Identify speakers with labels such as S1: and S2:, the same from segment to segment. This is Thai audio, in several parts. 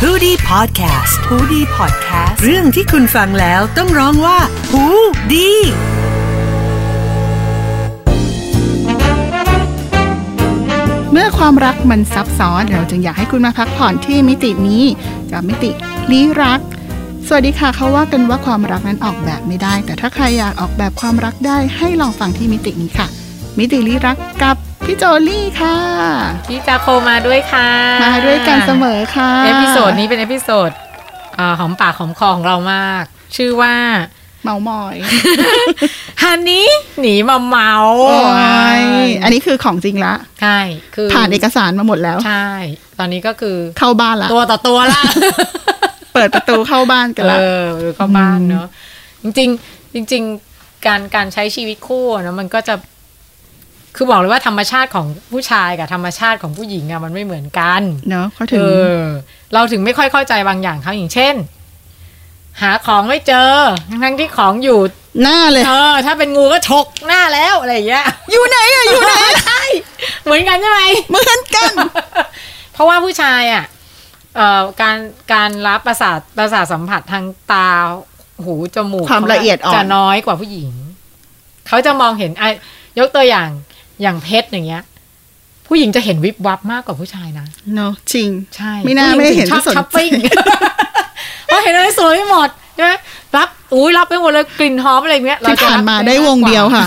S1: h o ดี้พอดแคสต์ฮูดี้พอดแคสต์เรื่องที่คุณฟังแล้วต้องร้องว่าหูดี
S2: เมื่อความรักมันซับซ้อนเราจึงอยากให้คุณมาพักผ่อนที่มิตินี้กับมิติลี้รัก สวัสดีค่ะเขาว่ากันว่าความรักนั้นออกแบบไม่ได้ แต่ถ้าใครอยากออกแบบความรักได้ให้ลองฟังที่มิตินี้ค่ะ มิติลี้รักกับพี่โจลี่ค่ะ
S3: พี่จาโคมาด้วยค่ะ
S2: มาด้วยกันเสมอค่ะ
S3: เอพิโซดนี้เป็นเอพิโซดเอ่อหอมปากหอมคอของเรามาก ชื่อว่า
S2: เมามอย
S3: ฮันนี่หนีมาเมา
S2: โอ้ยอันนี้คือของจริงละ
S3: ใช่คือ
S2: ผ่านเอกสารมาหมดแล้ว
S3: ใช่ ตอนนี้ก็คือ
S2: เข้าบ้านละ
S3: ตัวต่อตัวละ
S2: เปิดประตูเข้าบ้ านกันละ
S3: เออหรือเข้าบ้านเนอะจริงๆจริง ๆ การการใช้ชีวิตคู่อะเนอะมันก็จะ คือบอกเลยว่าธรรมชาติของผู้ชายกับธรรมชาติของผู้หญิงอะมันไม่เหมือนกัน
S2: เนาะเขาถึง
S3: เออเราถึงไม่ค่อยเข้าใจบางอย่างเขาอย่างเช่น หาของไม่เจอ ทั้งๆที่ของอยู่
S2: หน้าเลย
S3: เออ ถ้าเป็นงูก็ฉกหน้าแล้วอะไรอย่างเงี้ยอยู่ไหนอะอยู่ไหนใช่เหมือนกันใช่ไหม
S2: เหมือนกัน
S3: เพราะว่าผู้ชายอ่ะเอ่อการการรับประสาทประสาทสัมผัสทางตาหูจมูก
S2: ความละเอียดอ่อน
S3: จะน้อยกว่าผู้หญิง เขาจะมองเห็นไอ้ยกตัวอย่างอย่างเพชรอย่างเงี้ย ผู้หญิงจะเห็นวิบวับมากกว่าผู้ชายนะ
S2: เนาะจริง
S3: ใช่
S2: ไม่น่า
S3: ผู้ญิง
S2: ไม่ได้เห็น
S3: ถึงชอบ
S2: ที่สน
S3: ช้อป ปิ้ง เพราะเห็นอะไรสวยไม่หมดใช่ไหมรับอุ้ยรับไปหมดเลยกลิ่นหอมอะไรอย่างเงี้ย
S2: ที่ผ่าน
S3: รับ
S2: มา
S3: ป
S2: ได้วง
S3: กกา
S2: เดียวค่ะ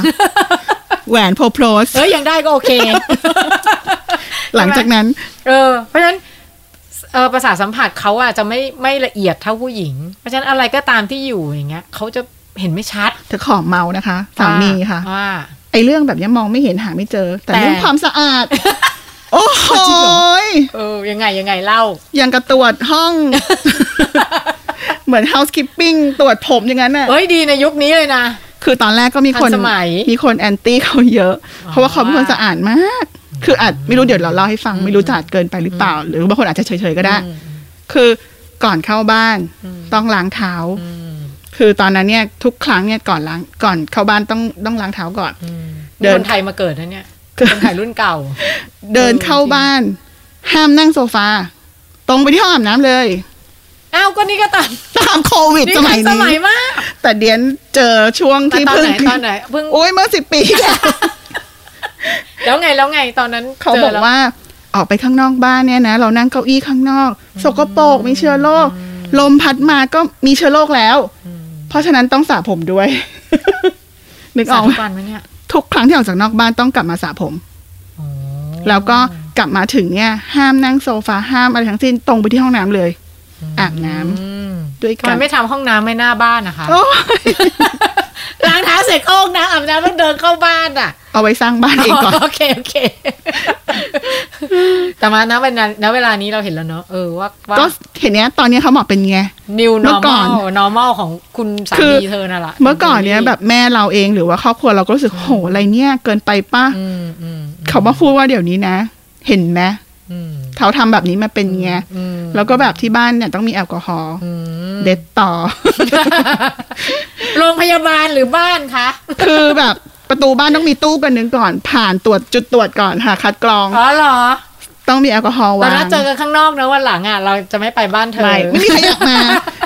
S2: แหวนโพโพรส
S3: เอ้ยยังได้ก็โอเค
S2: หลังจากนั้น
S3: เออ เพราะฉะนั้นเออประสาทสัมผัสเขาอะจะไม่ไม่ละเอียดเท่าผู้หญิง เพราะฉะนั้นอะไรก็ตามที่อยู่อย่างเงี้ยเขาจะเห็นไม่ชัด
S2: เธอของเมานะคะ สามีค่ะ
S3: ว่า
S2: ไอเรื่องแบบเนี้ยมองไม่เห็นหาไม่เจอ แต่
S3: แต่
S2: เรื่องความสะอา ด โอ้โหย
S3: เออยังไงยังไง เล่า
S2: ยังกระตรวจห้อง เหมือน housekeeping ตรวจผมอย่างนั้นน่ะ
S3: เอ้ยดีในยุคนี้เลยนะ
S2: คือตอนแรกก็มีคน
S3: ทันสมัย
S2: มีคนแอนตี้เขาเยอะ เพราะว่าเขาเป็นคนสะอาดมาก คืออาจไม่รู้เดี๋ยวเราเล่าให้ฟัง ไม่รู้จะอาดเกินไปหรือเปล่า หรือบางคนอาจจะเฉยๆก็ได้
S3: อืม
S2: คือก่อนเข้าบ้าน ต้องล้างเท้า
S3: อืม
S2: คือตอนนั้นเนี่ยทุกครั้งเนี่ยก่อนล้างก่อนเข้าบ้านต้องต้องล้างเท้า ก่อน
S3: อืม
S2: เดิน
S3: คนไทยมาเกิดนะเนี่ยคนไทยรุ่นเก่า
S2: เดินเข้าบ้าน ห้ามนั่งโซฟา ตรงไปที่ห้องอาบน้ำเลย
S3: อ้าวก็นี่ก็ตาม
S2: ตามโควิด
S3: นี่
S2: สมัย
S3: ทัส
S2: นี้
S3: มัยมาก
S2: แต่เดียนเจอช่วงที่
S3: ตอน
S2: เพิ่ง
S3: ไหนตอนไหนเพิ่ง
S2: โอ้ยเมื่อสิบปีที่แล้ว
S3: แล้วไงแล้วไงตอนนั้น
S2: เขา
S3: จ
S2: บอก
S3: แล้ว
S2: ว่าออกไปข้างนอกบ้านเนี่ยนะ เรานั่งเก้าอี้ข้างนอก สกปรกมีเชื้อโรคลมพัดมาก็มีเชื้อโรคแล้ว เพราะฉะนั้นต้องสระผมด้วย นึกอ
S3: สา
S2: อกไหม
S3: ธุวันไหมเนี่ย
S2: ทุกครั้งที่ออกจากนอกบ้านต้องกลับมาสระผม
S3: โอ้
S2: แล้วก็กลับมาถึงเนี่ยห้ามนั่งโซฟาห้ามอะไรทั้งสิ้นตรงไปที่ห้องน้ำเลย อาบน้ำ
S3: อืม
S2: ด้วยกั
S3: ทำไม
S2: น
S3: ไม่ทำห้องน้ำไม่หน้าบ้านนะคะ
S2: โอ้ย
S3: ล้างเท้าเสร็จเข้าห้องน้ำอาบน้ำแล้วเดินเข้าบ้านอ่ะ
S2: เอาไว้สร้างบ้านเองก่อน
S3: โอเคโอเค แต่มาณเวลาณเวลานี้เราเห็นแล้วเนอะเออว่าว่า
S2: ก็เห็นเนี้ยตอนเนี้ยเขาบอกเป็นไง
S3: new
S2: เมื่อก่อน
S3: normal normal ของคุณสา
S2: คือ
S3: มีเธอน่ะล่ะ
S2: เมื่อก่อนเนี้ยแบบแม่เราเองหรือว่าครอบครัวเราก็รู้สึกโหอะไรเนี่ยเกินไปป้า
S3: อืมอืม
S2: เขามาพูดว่าเดี๋ยวนี้นะ เห็นไหม
S3: อืม
S2: เขาทำแบบนี้มาเป็นไง
S3: อืม
S2: แล้วก็แบบที่บ้านเนี่ยต้องมีแอลกอฮอล์
S3: อืม
S2: เด็ดต่อ
S3: โรงพยาบาลหรือบ้านคะ
S2: คือแบบประตูบ้านต้องมีตู้กันหนึ่งก่อน ผ่านตรวจจุดตรวจก่อนค่ะคัดกรอง
S3: อ๋อเหรอ
S2: ต้องมีแอลกอฮอล์
S3: ตอ
S2: วาน ง
S3: นั้นเจอกันข้างนอกนะวันหลังอ่ะเราจะไม่ไปบ้านเธอ
S2: ไม่ไม่มีใครอยากมา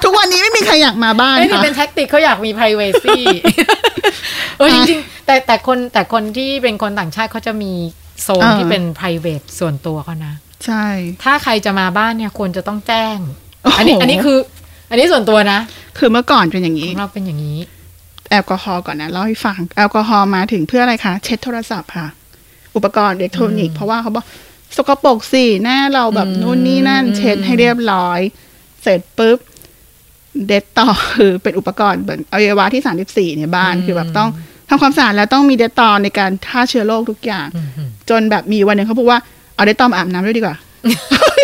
S2: ทุกวันนี้ไม่มีใครอยากมาบ้าน
S3: ไม่ได้
S2: ค่ะ
S3: เป็นแท็กติกเขาอยากมี p r i เว ซีเออจริงๆ แต่แต่คนแต่คนที่เป็นคนต่างชาติเขาจะมีโซน
S2: อ่า
S3: ที่เป็น p r i v a t ส่วนตัวเขานะ
S2: ใช่
S3: ถ้าใครจะมาบ้านเนี่ยควรจะต้องแจ้ง
S2: โโห
S3: อันนี้อันนี้คือ อันนี้ส่วนตัวนะ
S2: คือเมื่อก่อนเป็นอย่าง
S3: ข
S2: นี้
S3: องเราเป็นอย่างนี้
S2: แอลกอฮอล์ก่อนนะเล่าให้ฟัง แอลกอฮอล์มาถึงเพื่ออะไรคะ เช็ดโทรศัพท์ค่ะ อุปกรณ์อิเล็กทรอนิกส์เพราะว่าเขาบอกสกปรกสิหน้าเราแบบ
S3: อืม
S2: นู่นนี่นั่น เช็ดให้เรียบร้อย เสร็จปุ๊บ เด็ดต่อคือเป็นอุปกรณ์เหมือนอวัยวะที่ 34ในบ้านคือแบบต้องทำความสะอาดแล้วต้องมีเดตตอในการฆ่าเชื้อโรคทุกอย่าง จนแบบมีวันหนึ่งเขาพูดว่าเอาเดตตอมาอาบน้ำด้วยดีกว่า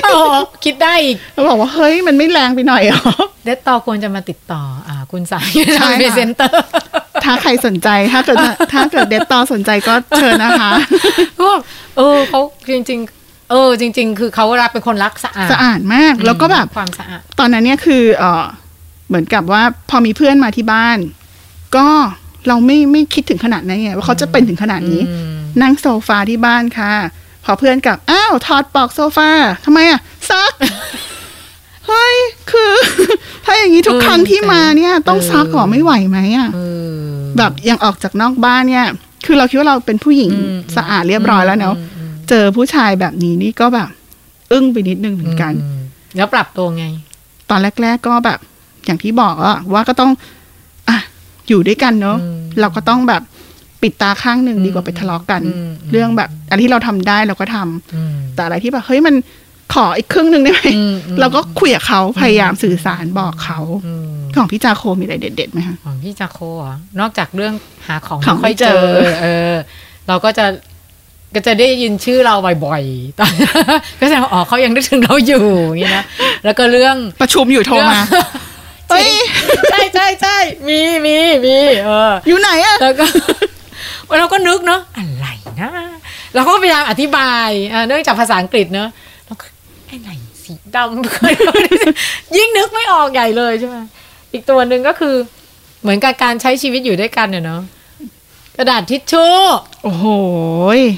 S3: อ๋อคิดได้อีก
S2: เขาบอกว่าเฮ้ยมันไม่แรงไปหน่อยเหรอ
S3: เดตต่อควรจะมาติดต่อ อ่า คุณสาย
S2: ใช่ค่ะ
S3: เปเซนเตอ ร์
S2: ถ้าใครสนใจถ้าเกิดถ้าเกิดเดตตอสนใจก็เชิญนะคะ
S3: ก็เออเขาจริง ๆ เออ จริง ๆ คือเขารักเป็นคนรักสะอาด
S2: สะอาดมากแล้วก็แบบ
S3: ความสะอาด
S2: ตอนนั้นเนี่ยคือเออเหมือนกับว่าพอมีเพื่อนมาที่บ้าน ก็เราไม่ไม่คิดถึงขนาดนั้นไงว่าเขาจะเป็นถึงขนาดนี้
S3: อืม
S2: นั่งโซฟาที่บ้านค่ะ พอเพื่อนกลับอ้าวถอดปลอกโซฟาทำไมอ่ะซัก เฮ้ คันที่มาเนี่ยต้องซักก่อไม่ไหวไหมอ่ะ
S3: เออ
S2: แบบยังออกจากนอกบ้านเนี่ย คือเราคิดว่าเราเป็นผู้หญิง
S3: อืม
S2: สะอาดเรียบร้อยแล้วเนาะ
S3: อืมอืม
S2: เจอผู้ชายแบบนี้นี่ก็แบบ อึ้งไปนิดนึงเหมือนกัน
S3: อืมแล้วปรับตัวไง
S2: ตอนแรก ๆ ก็แบบ อย่างที่บอกอะว่าก็ต้องอ่ะอยู่ด้วยกันเนาะ
S3: อืม
S2: เราก็ต้องแบบปิดตาข้างหนึ่ง
S3: อืม
S2: ดีกว่าไปทะเลาะกัน
S3: อืม
S2: เรื่องแบบอันที่เราทำได้เราก็ทำ
S3: อืม
S2: แต่อะไรที่แบบเฮ้ยมันขออีกครึ่งหนึ่งได้ไหม
S3: อืมอืม
S2: เราก็คุยกับเขาพยายามสื่อสารบอกเขา
S3: อืม
S2: ของพี่จาโคมีอะไรเด็ดๆไหมคะ
S3: ของพี่จาโคเหรอนอกจากเรื่องหาของ
S2: ของ
S3: ไม่ค่อย
S2: ไม่
S3: เจ
S2: เจ
S3: อ
S2: อ
S3: เออ เราก็จะก็จะได้ยินชื่อเราบ่อยๆ ตอน ก็แสดงว่าอ๋อเขายังนึกถึงเราอยู่อย่างนี้นะ แล้วก็เรื่อง
S2: ประชุมอยู่โทรมา เฮ้ย
S3: ใช่ใช่ใช่มีมีมีเออ
S2: อยู่ไหนอะ
S3: แล้วก็ เราก็นึกเนาะอะไรนะเราก็พยายามอธิบายอ่าเนื่องจากภาษาอังกฤษเนาะแล้วก็ไอ้ไหนสีดำ เคย ยิ่งนึกไม่ออกใหญ่เลยใช่ไหมอีกตัวหนึ่งก็คือ เหมือนกับการใช้ชีวิตอยู่ด้วยกันเนี่ยเนาะกระดาษทิชชู่
S2: โอ้โห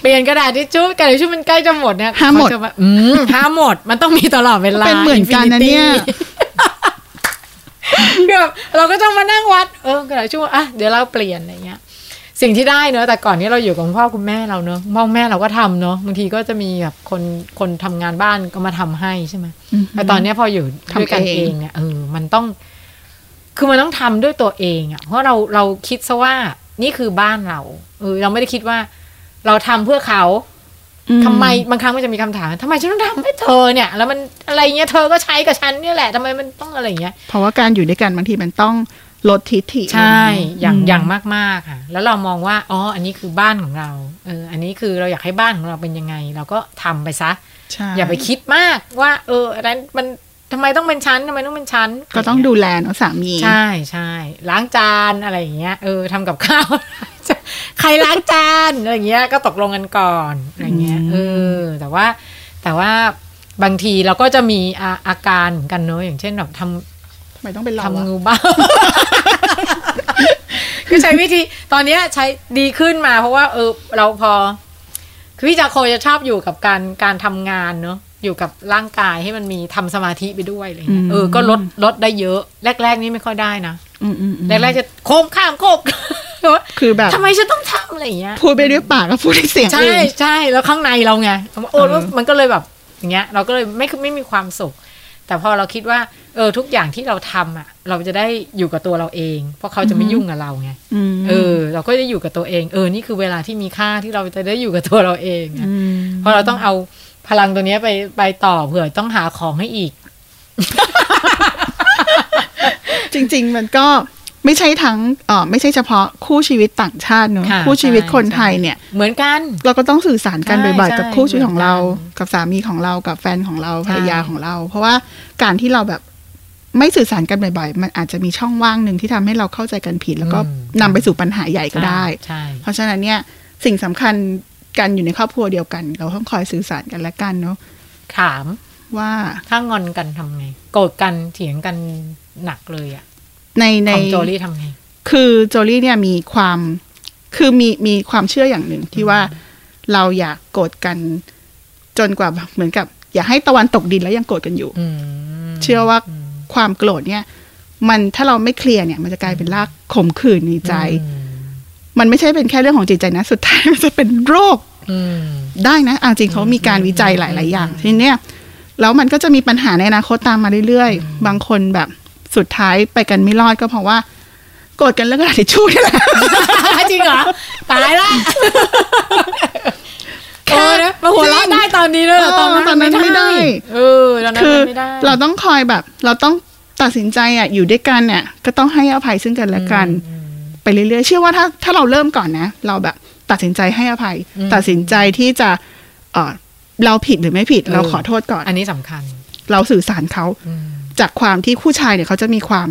S3: เปลี่ยนกระดาษทิชชู่กระดาษทิชชู่มันใกล้จะหมดเนี่ย
S2: ห้าหมด
S3: เขจะอืมห้าหมด มันต้องมีตลอดเวลา
S2: เป็นเหมือนกันนะเนี่ย
S3: infinity คือแบบเราก็ต้องมานั่งวัด เออกระดาษชั่วอ่ะเดี๋ยวเราเปลี่ยนอะไรเงี้ย สิ่งที่ได้เนอะแต่ก่อนนี้เราอยู่กับคุณพ่อคุณแม่เราเนอะคุณพ่อคุณแม่เราก็ทำเนอะบางทีก็จะมีแบบคนคนทำงานบ้านก็มาทำให้ใช่ไหม
S2: อือฮึ
S3: แต่ตอนเนี้ยพออยู่ด้วยกัน
S2: ทำเอง
S3: เองเนี่ยเออมันต้อง คือมันต้องทำด้วยตัวเองอะ่ะ เพราะเราเราคิดซะว่านี่คือบ้านเราเออเราไม่ได้คิดว่า เราทำเพื่อเขา ทำไมบางครั้งมันจะมีคำถามทำไมฉันต้องทำให้เธอเนี่ย แล้วมันอะไรเงี้ยเธอก็ใช้กับฉันเนี่ยแหละทำไมมันต้องอะไรเงี้ย
S2: เพราะว่าการอยู่ด้วยกันบางทีมันต้องลดทิฐิ
S3: ใช่
S2: ม
S3: อย่างอย่างมากมากๆค่ะ แล้วเรามองว่าอ๋ออันนี้คือบ้านของเราเอออันนี้คือเราอยากให้บ้านของเราเป็นยังไง เราก็ทำไปซะ
S2: ใช่
S3: อย่าไปคิดมากว่า เอออันนั้นมันทำไมต้องเป็นฉันทำไมต้องเป็นฉัน
S2: ก็ต้องดูแลเนาะสามี
S3: ใช่ใช่ล้างจานอะไรอย่างเงี้ยเออทำกับข้าว ใครล้างจานอะไรอย่างเงี้ยก็ตกลงกันก่อนอะไรอย่างเงี้ย
S2: อืม
S3: เออแต่ว่า แต่ว่าบางทีเราก็จะมีอาอาการเหมือนกันเนอะอย่างเช่นแบบท
S2: ทำไมต้องเป็น
S3: ำ
S2: เราอะ
S3: ทำงูบ้า คือใช้วิธีตอนเนี้ยใช้ดีขึ้นมาเพราะว่า เออ เราพอ คือพี่จาโคจะชอบอยู่กับการการทำงานเนอะอยู่กับร่างกายให้มันมีทำสมาธิไปด้วยอะไรเงี้ยเออก็ลดลดได้เยอะ แรก ๆ นี่ไม่ค่อยได้นะ
S2: อืมอืมอืม
S3: แรกๆจะโคมข้ามโคม
S2: คือแบบ
S3: ทำไมฉันต้องทำอะไรอย่างเงี้ย
S2: พูดไปด้วยปากก็พูดด้วยเสียง
S3: ใช่
S2: อื่น
S3: ใช่แล้วข้างในเราไงโอ้
S2: เออ
S3: แล้วมันก็เลยแบบอย่างเงี้ย เราก็เลยไม่ไม่มีความสุข แต่พอเราคิดว่า เออทุกอย่างที่เราทำอ่ะ เราจะได้อยู่กับตัวเราเอง เพราะเขาจะไม่ยุ่งกับเราไง
S2: อืม
S3: เออ เราก็จะอยู่กับตัวเองเออนี่คือเวลาที่มีค่าที่เราจะได้อยู่กับตัวเราเองอะ
S2: ม
S3: เพราะเราต้องเอาพลังตัวเนี้ยไปไปต่อเผื่อต้องหาของให้อีก
S2: จริง ๆ มันก็ไม่ใช่ทั้งเออไม่ใช่เฉพาะคู่ชีวิตต่างชาติเนอะ
S3: ค่ะ
S2: คู่ชีวิตคนไทยเนี่ย
S3: เหมือนกัน
S2: เราก็ต้องสื่อสารกัน
S3: ใช่
S2: บ่อย
S3: ใช่
S2: ๆ กับคู่ชีวิตของเรา
S3: เหมือนกัน
S2: กับสามีของเรา กับแฟนของเรา
S3: ใช่
S2: ภรรยาของเรา เพราะว่าการที่เราแบบไม่สื่อสารกันบ่อยๆ มันอาจจะมีช่องว่างหนึ่งที่ทำให้เราเข้าใจกันผิด แล้วก็นำไปสู่ปัญหาใหญ่ก็ได้
S3: ใช่
S2: เพราะฉะนั้นเนี่ยสิ่งสำคัญกันอยู่ในครอบครัวเดียวกัน เราต้องคอยสื่อสารกันและกันเนาะ
S3: ถาม
S2: ว่า
S3: ถ้างอนกันทำไง โกรธกันเถียงกันหนักเลยอ่ะ
S2: ในใน
S3: ของโจลี่ทำไง
S2: คือโจลี่เนี่ยมีความคือมีมีความเชื่ออย่างหนึ่งที่ว่าเราอยากโกรธกันจนกว่าแบบเหมือนกับ อยากให้ตะวันตกดินแล้วยังโกรธกันอยู่
S3: อืม
S2: เชื่อว่าความโกรธเนี่ย มันถ้าเราไม่เคลียร์เนี่ย มันจะกลายเป็นรากขมขื่นในใจ
S3: อืม
S2: มันไม่ใช่เป็นแค่เรื่องของจิตใจนะ สุดท้าย มันจะเป็นโรค
S3: อืม
S2: ได้นะเอาจริงเขามีการวิจัยหลาย ๆ อย่าง ทีเนี้ยแล้วมันก็จะมีปัญหาในอนาคตตามมาเรื่อย ๆ บางคนแบบสุดท้ายไปกันไม่รอดก็เพราะว่าโกรธกันเรื่องกระดาษทิชชู่ นี่แหละ
S3: จริงเหรอ ตายละเออนะมาหัวเราะได้ตอนนี้เลยเหรอ
S2: เออ
S3: ตอนนั้น
S2: ตอนนั้นไม่ได้
S3: เออตอนนั้น
S2: คือ
S3: มันไม่ได้
S2: เราต้องคอยแบบเราต้องตัดสินใจอ่ะอยู่ด้วยกันเนี่ยก็ต้องให้อภัยซึ่งกันและกัน ไปเรื่อยๆเชื่อว่าถ้าถ้าเราเริ่มก่อนนะ เราแบบตัดสินใจให้อภัย
S3: อืม
S2: ตัดสินใจที่จะเออเราผิดหรือไม่ผิด
S3: เออ
S2: เราขอโทษก่อน
S3: อันนี้สำคัญ
S2: เราสื่อสารเขา
S3: อืม
S2: จากความที่ผู้ชายเนี่ยเขาจะมีความ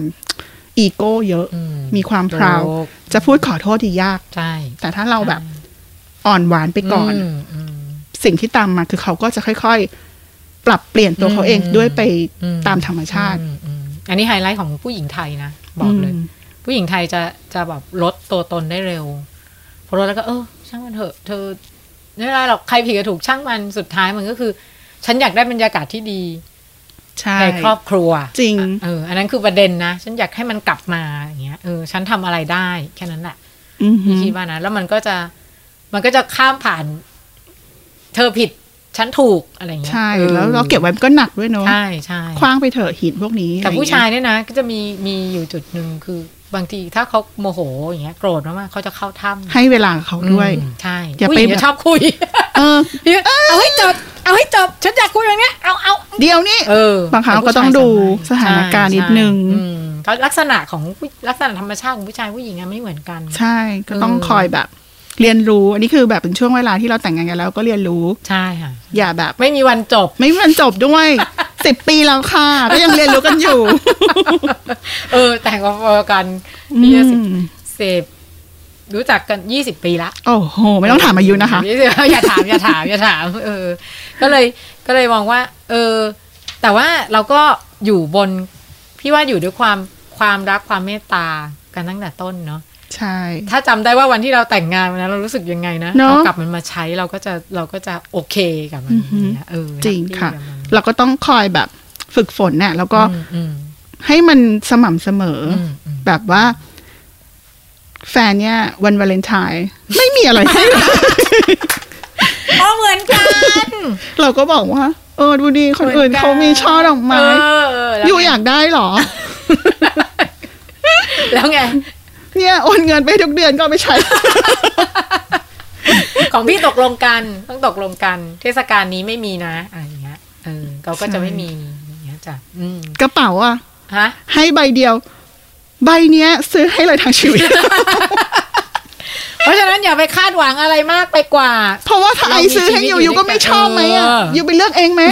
S2: อีโก้เยอะ
S3: อื
S2: มีความพราว
S3: โลก
S2: จะพูดขอโทษที่ยาก
S3: ใช่
S2: แต่ถ้าเราแบบอ่อนหวานไปก่อน
S3: มอืม
S2: สิ่งที่ตามมาคือเขาก็จะค่อยๆ ปรับเปลี่ยนตัวเขาเอง
S3: อืม
S2: ด้วยไป
S3: อื
S2: ตามธรรมชาติ
S3: อืมอืมอันนี้ไฮไลท์ของผู้หญิงไทยนะ บอกเลย
S2: ม
S3: ผู้หญิงไทยจะจะแบบลดตัวตนได้เร็วพอลดแล้วก็เออ ช่างมันเถอะ เธอไม่เป็นไรหรอกใครผิดกับถูกช่างมันสุดท้ายมันก็คือ ฉันอยากได้บรรยากาศที่ดี
S2: ใช่
S3: ในครอบครัว
S2: จริง
S3: เออ อันนั้นคือประเด็นนะ ฉันอยากให้มันกลับมาอย่างเงี้ย เออ ฉันทำอะไรได้แค่นั้นแหละ
S2: อือหื
S3: พี่
S2: อ
S3: คิดว่านะ แล้วมันก็จะ มันก็จะข้ามผ่าน เธอผิด ฉันถูกอะไรอย่างเงี้ย
S2: ใช่
S3: ออ
S2: แล้วเราเก็บไว้มันก็หนักด้วยเนาะ
S3: ใช่ใช่
S2: คว้างไปเถอะหินพวกนี้
S3: แต่
S2: อะไร
S3: ผู้
S2: องเงี้
S3: ชายเนี่ยนะ ก็จะมี มีอยู่จุดหนึ่งคือบางทีถ้าเขาโมโหอย่างเงี้ย โกรธมากๆเขาจะเข้าถ้ำ
S2: ให้เวลาเขาด้วย
S3: อืมใช่
S2: อย่า
S3: ผู้หญิง
S2: ไปแบบ
S3: จะชอบคุย
S2: เออ
S3: พี่เอาให้จบ เอาให้จบ ฉันอยากคุยอย่างเงี้ย เอาเอา
S2: เดี๋ยวนี้
S3: เออบ
S2: างครั้งก็ต้องดูสถานการณ์นิดนึง
S3: ใช่ใช่อืมก็ลักษณะของผู้ลักษณะธรรมชาติของผู้ชายผู้หญิงอะไม่เหมือนกัน
S2: ใช่ก็ต้อง
S3: เออ
S2: คอยแบบ เรียนรู้ อันนี้คือแบบเป็นช่วงเวลาที่เราแต่งงานกันแล้วก็เรียนรู้
S3: ใช่ค่ะ
S2: อย่าแบบ
S3: ไม่มีวันจบ
S2: ไม่มันจบด้วย สิบปีแล้วค่ะ ก็ยังเรียนรู้กันอยู่
S3: เออ แต่งกับกัน
S2: อื
S3: ยี่สิบ
S2: ม
S3: เสพรู้จักกันยี่สิบปีละ
S2: โอ้โห ไม่ต้องถามอายุนะคะ
S3: 20อย่าถามอย่าถามอย่าถามเออ ก็เลยก็เลยมองว่า เออ แต่ว่าเราก็อยู่บน พี่ว่าอยู่ด้วยความความรักความเมตตากันตั้งแต่ต้นเนาะ
S2: ใช่
S3: ถ้าจำได้ว่าวันที่เราแต่งงานวันนั้นเรารู้สึกยังไงนะ
S2: เนอะ
S3: เรากลับมันมาใช้เราก็จะเราก็จะโอเคกับมันอย่างเงี้ยเออ
S2: จริงค่ะ
S3: แฮปปี้กับมัน
S2: เราก็ต้องคอยแบบฝึกฝนเนี่ยแล้วก็
S3: อืมอืม
S2: ให้มันสม่ำเสมออ
S3: อืมอืม
S2: แบบว่า แฟนเนี่ย วันวาเลนไทน์ไม่มีอะไรให้
S3: อ๋อเหมือนกัน
S2: เราก็บอกว่า เออดูดีคนอื่นเขามีช่อดอกไม้
S3: เออแล้ว
S2: อยู่อยากได้เหรอ
S3: แล้วไง
S2: เนี่ยโอนเงินไปทุกเดือนก็เอาไปใช้
S3: ของพี่ตกลงกันต้องตกลงกัน เทศกาลนี้ไม่มีนะอะไรอย่างเงี้ยเออเขาก็จะไม่มีอย่างเงี้ยจ้ะอืม
S2: กระเป๋าอ่ะ
S3: ฮะ
S2: ให้ใบเดียว ใบเนี้ย ซื้อให้เลยทั้งชี วิต
S3: เพราะฉะนั้นอย่าไปคาดหวังอะไรมากไปกว่า
S2: เพราะว่าถ้าไอซื้อให้อยู่อยู่ก็ไม่ชอบไหมอ่ะ
S3: เออ
S2: อยู่ไปเลือกเองไหม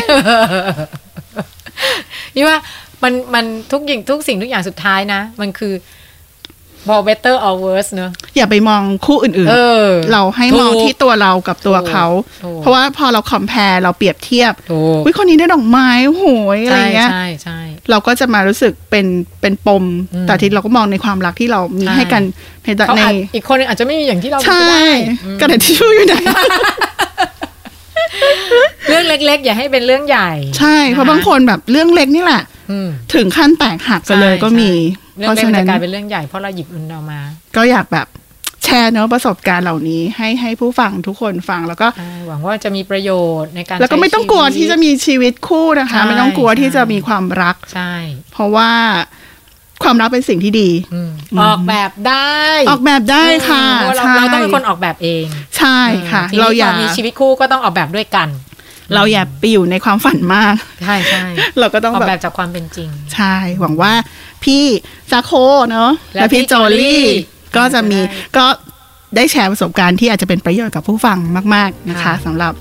S3: นี่ว่ามันมันทุกอย่างทุกสิ่งทุกอย่างสุดท้ายนะ มันคือ for better or worse เนอะ
S2: อย่าไปมองคู่อื่น
S3: เออ
S2: ๆ เราให้มองที่ตัวเรากับตัวเขา
S3: ถูก
S2: เพราะว่าพอเราคอมเพลเราเปรียบเทียบ
S3: ถูก
S2: วิคนนี้ได้ดอกไม้โหยอะไร
S3: ใช่
S2: เงี้ย
S3: ใช่ใช่
S2: เราก็จะมารู้สึกเป็นเป็นปม
S3: อืม
S2: แต่ทีเราก็มองในความรักที่เรามี
S3: ใช่
S2: ให้กันในตอน
S3: เขา
S2: ใน
S3: อาจอีกคนหนึงอาจจะไม่มีอย่างที่เรา
S2: ใช่
S3: ได้อืม
S2: กระดาษทิชชู่อยู่ไหน
S3: เรื่องเล็ก ๆ อย่าให้เป็นเรื่องใหญ่
S2: ใช่เพราะบางคนแบบเรื่องเล็กนี่แหละ
S3: อืม
S2: ถึงขั้นแตกหักกันเลย
S3: ใช่
S2: ก็มี
S3: เรื่อ
S2: เพราะฉะ
S3: งเล็กมัน
S2: นั้
S3: จะ
S2: น
S3: กลายเป็นเรื่องใหญ่เพราะเราหยิบมันออกมา
S2: ก็อยากแบบแชร์เนาะประสบการณ์เหล่านี้ ให้ให้ผู้ฟังทุกคนฟังแล้วก็
S3: ใช่หวังว่าจะมีประโยชน์ในการ
S2: แล้วก็ไม่
S3: ใช้
S2: ต้องกลัว
S3: ชี
S2: ที่
S3: ต
S2: จะมีชีวิตคู่นะคะ
S3: ใช่
S2: ไม่ต้องกลัวที่
S3: ใช่
S2: จะมีความรัก
S3: ใช่
S2: เพราะว่าความรักเป็นสิ่งที่ดี
S3: อืม
S2: อืม
S3: ออกแบบได้
S2: ออกแบบได้ค่ะ
S3: เออเรา
S2: ใช่
S3: เราต้องเป็นคนออกแบบเอง
S2: ใช่ค่ะ
S3: ออทีนี้
S2: เราอย่า
S3: พมีชีวิตคู่ก็ต้องออกแบบด้วยกัน
S2: เราอย่าไปอยู่ในความฝันมาก
S3: ใช่ใช่
S2: เราก็ต้อง
S3: ออก
S2: แบ
S3: แบบ
S2: บ
S3: จากความเป็นจริง
S2: ใช่หวังว่าพี่ซาโคเนาะ
S3: และ
S2: และพี่
S3: พี่
S2: โจลี่
S3: โจลี่
S2: ก็จะมี
S3: ได้
S2: ก็ได้แชร์ประสบการณ์ที่อาจจะเป็นประโยชน์กับผู้ฟังมาก ๆนะคะ
S3: ค่ะ
S2: สำหรับ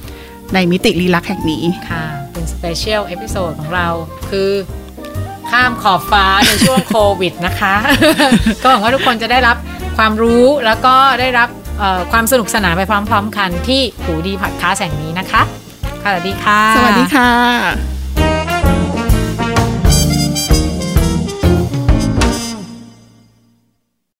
S2: ในมิติลีลักแห่งนี้
S3: ค่ะ เป็นสเปเชียลเอพิโซดของเราคือข้ามขอบฟ้าในช่วง โควิดนะคะ ก็หวังว่าทุกคนจะได้รับความรู้แล้วก็ได้รับเอ่อความสนุกสนานไปพร้อม ๆ กันที่หูดีพอดคาสต์แห่งนี้นะคะ สวัสดีค่ะ
S2: สวัสดีค่ะ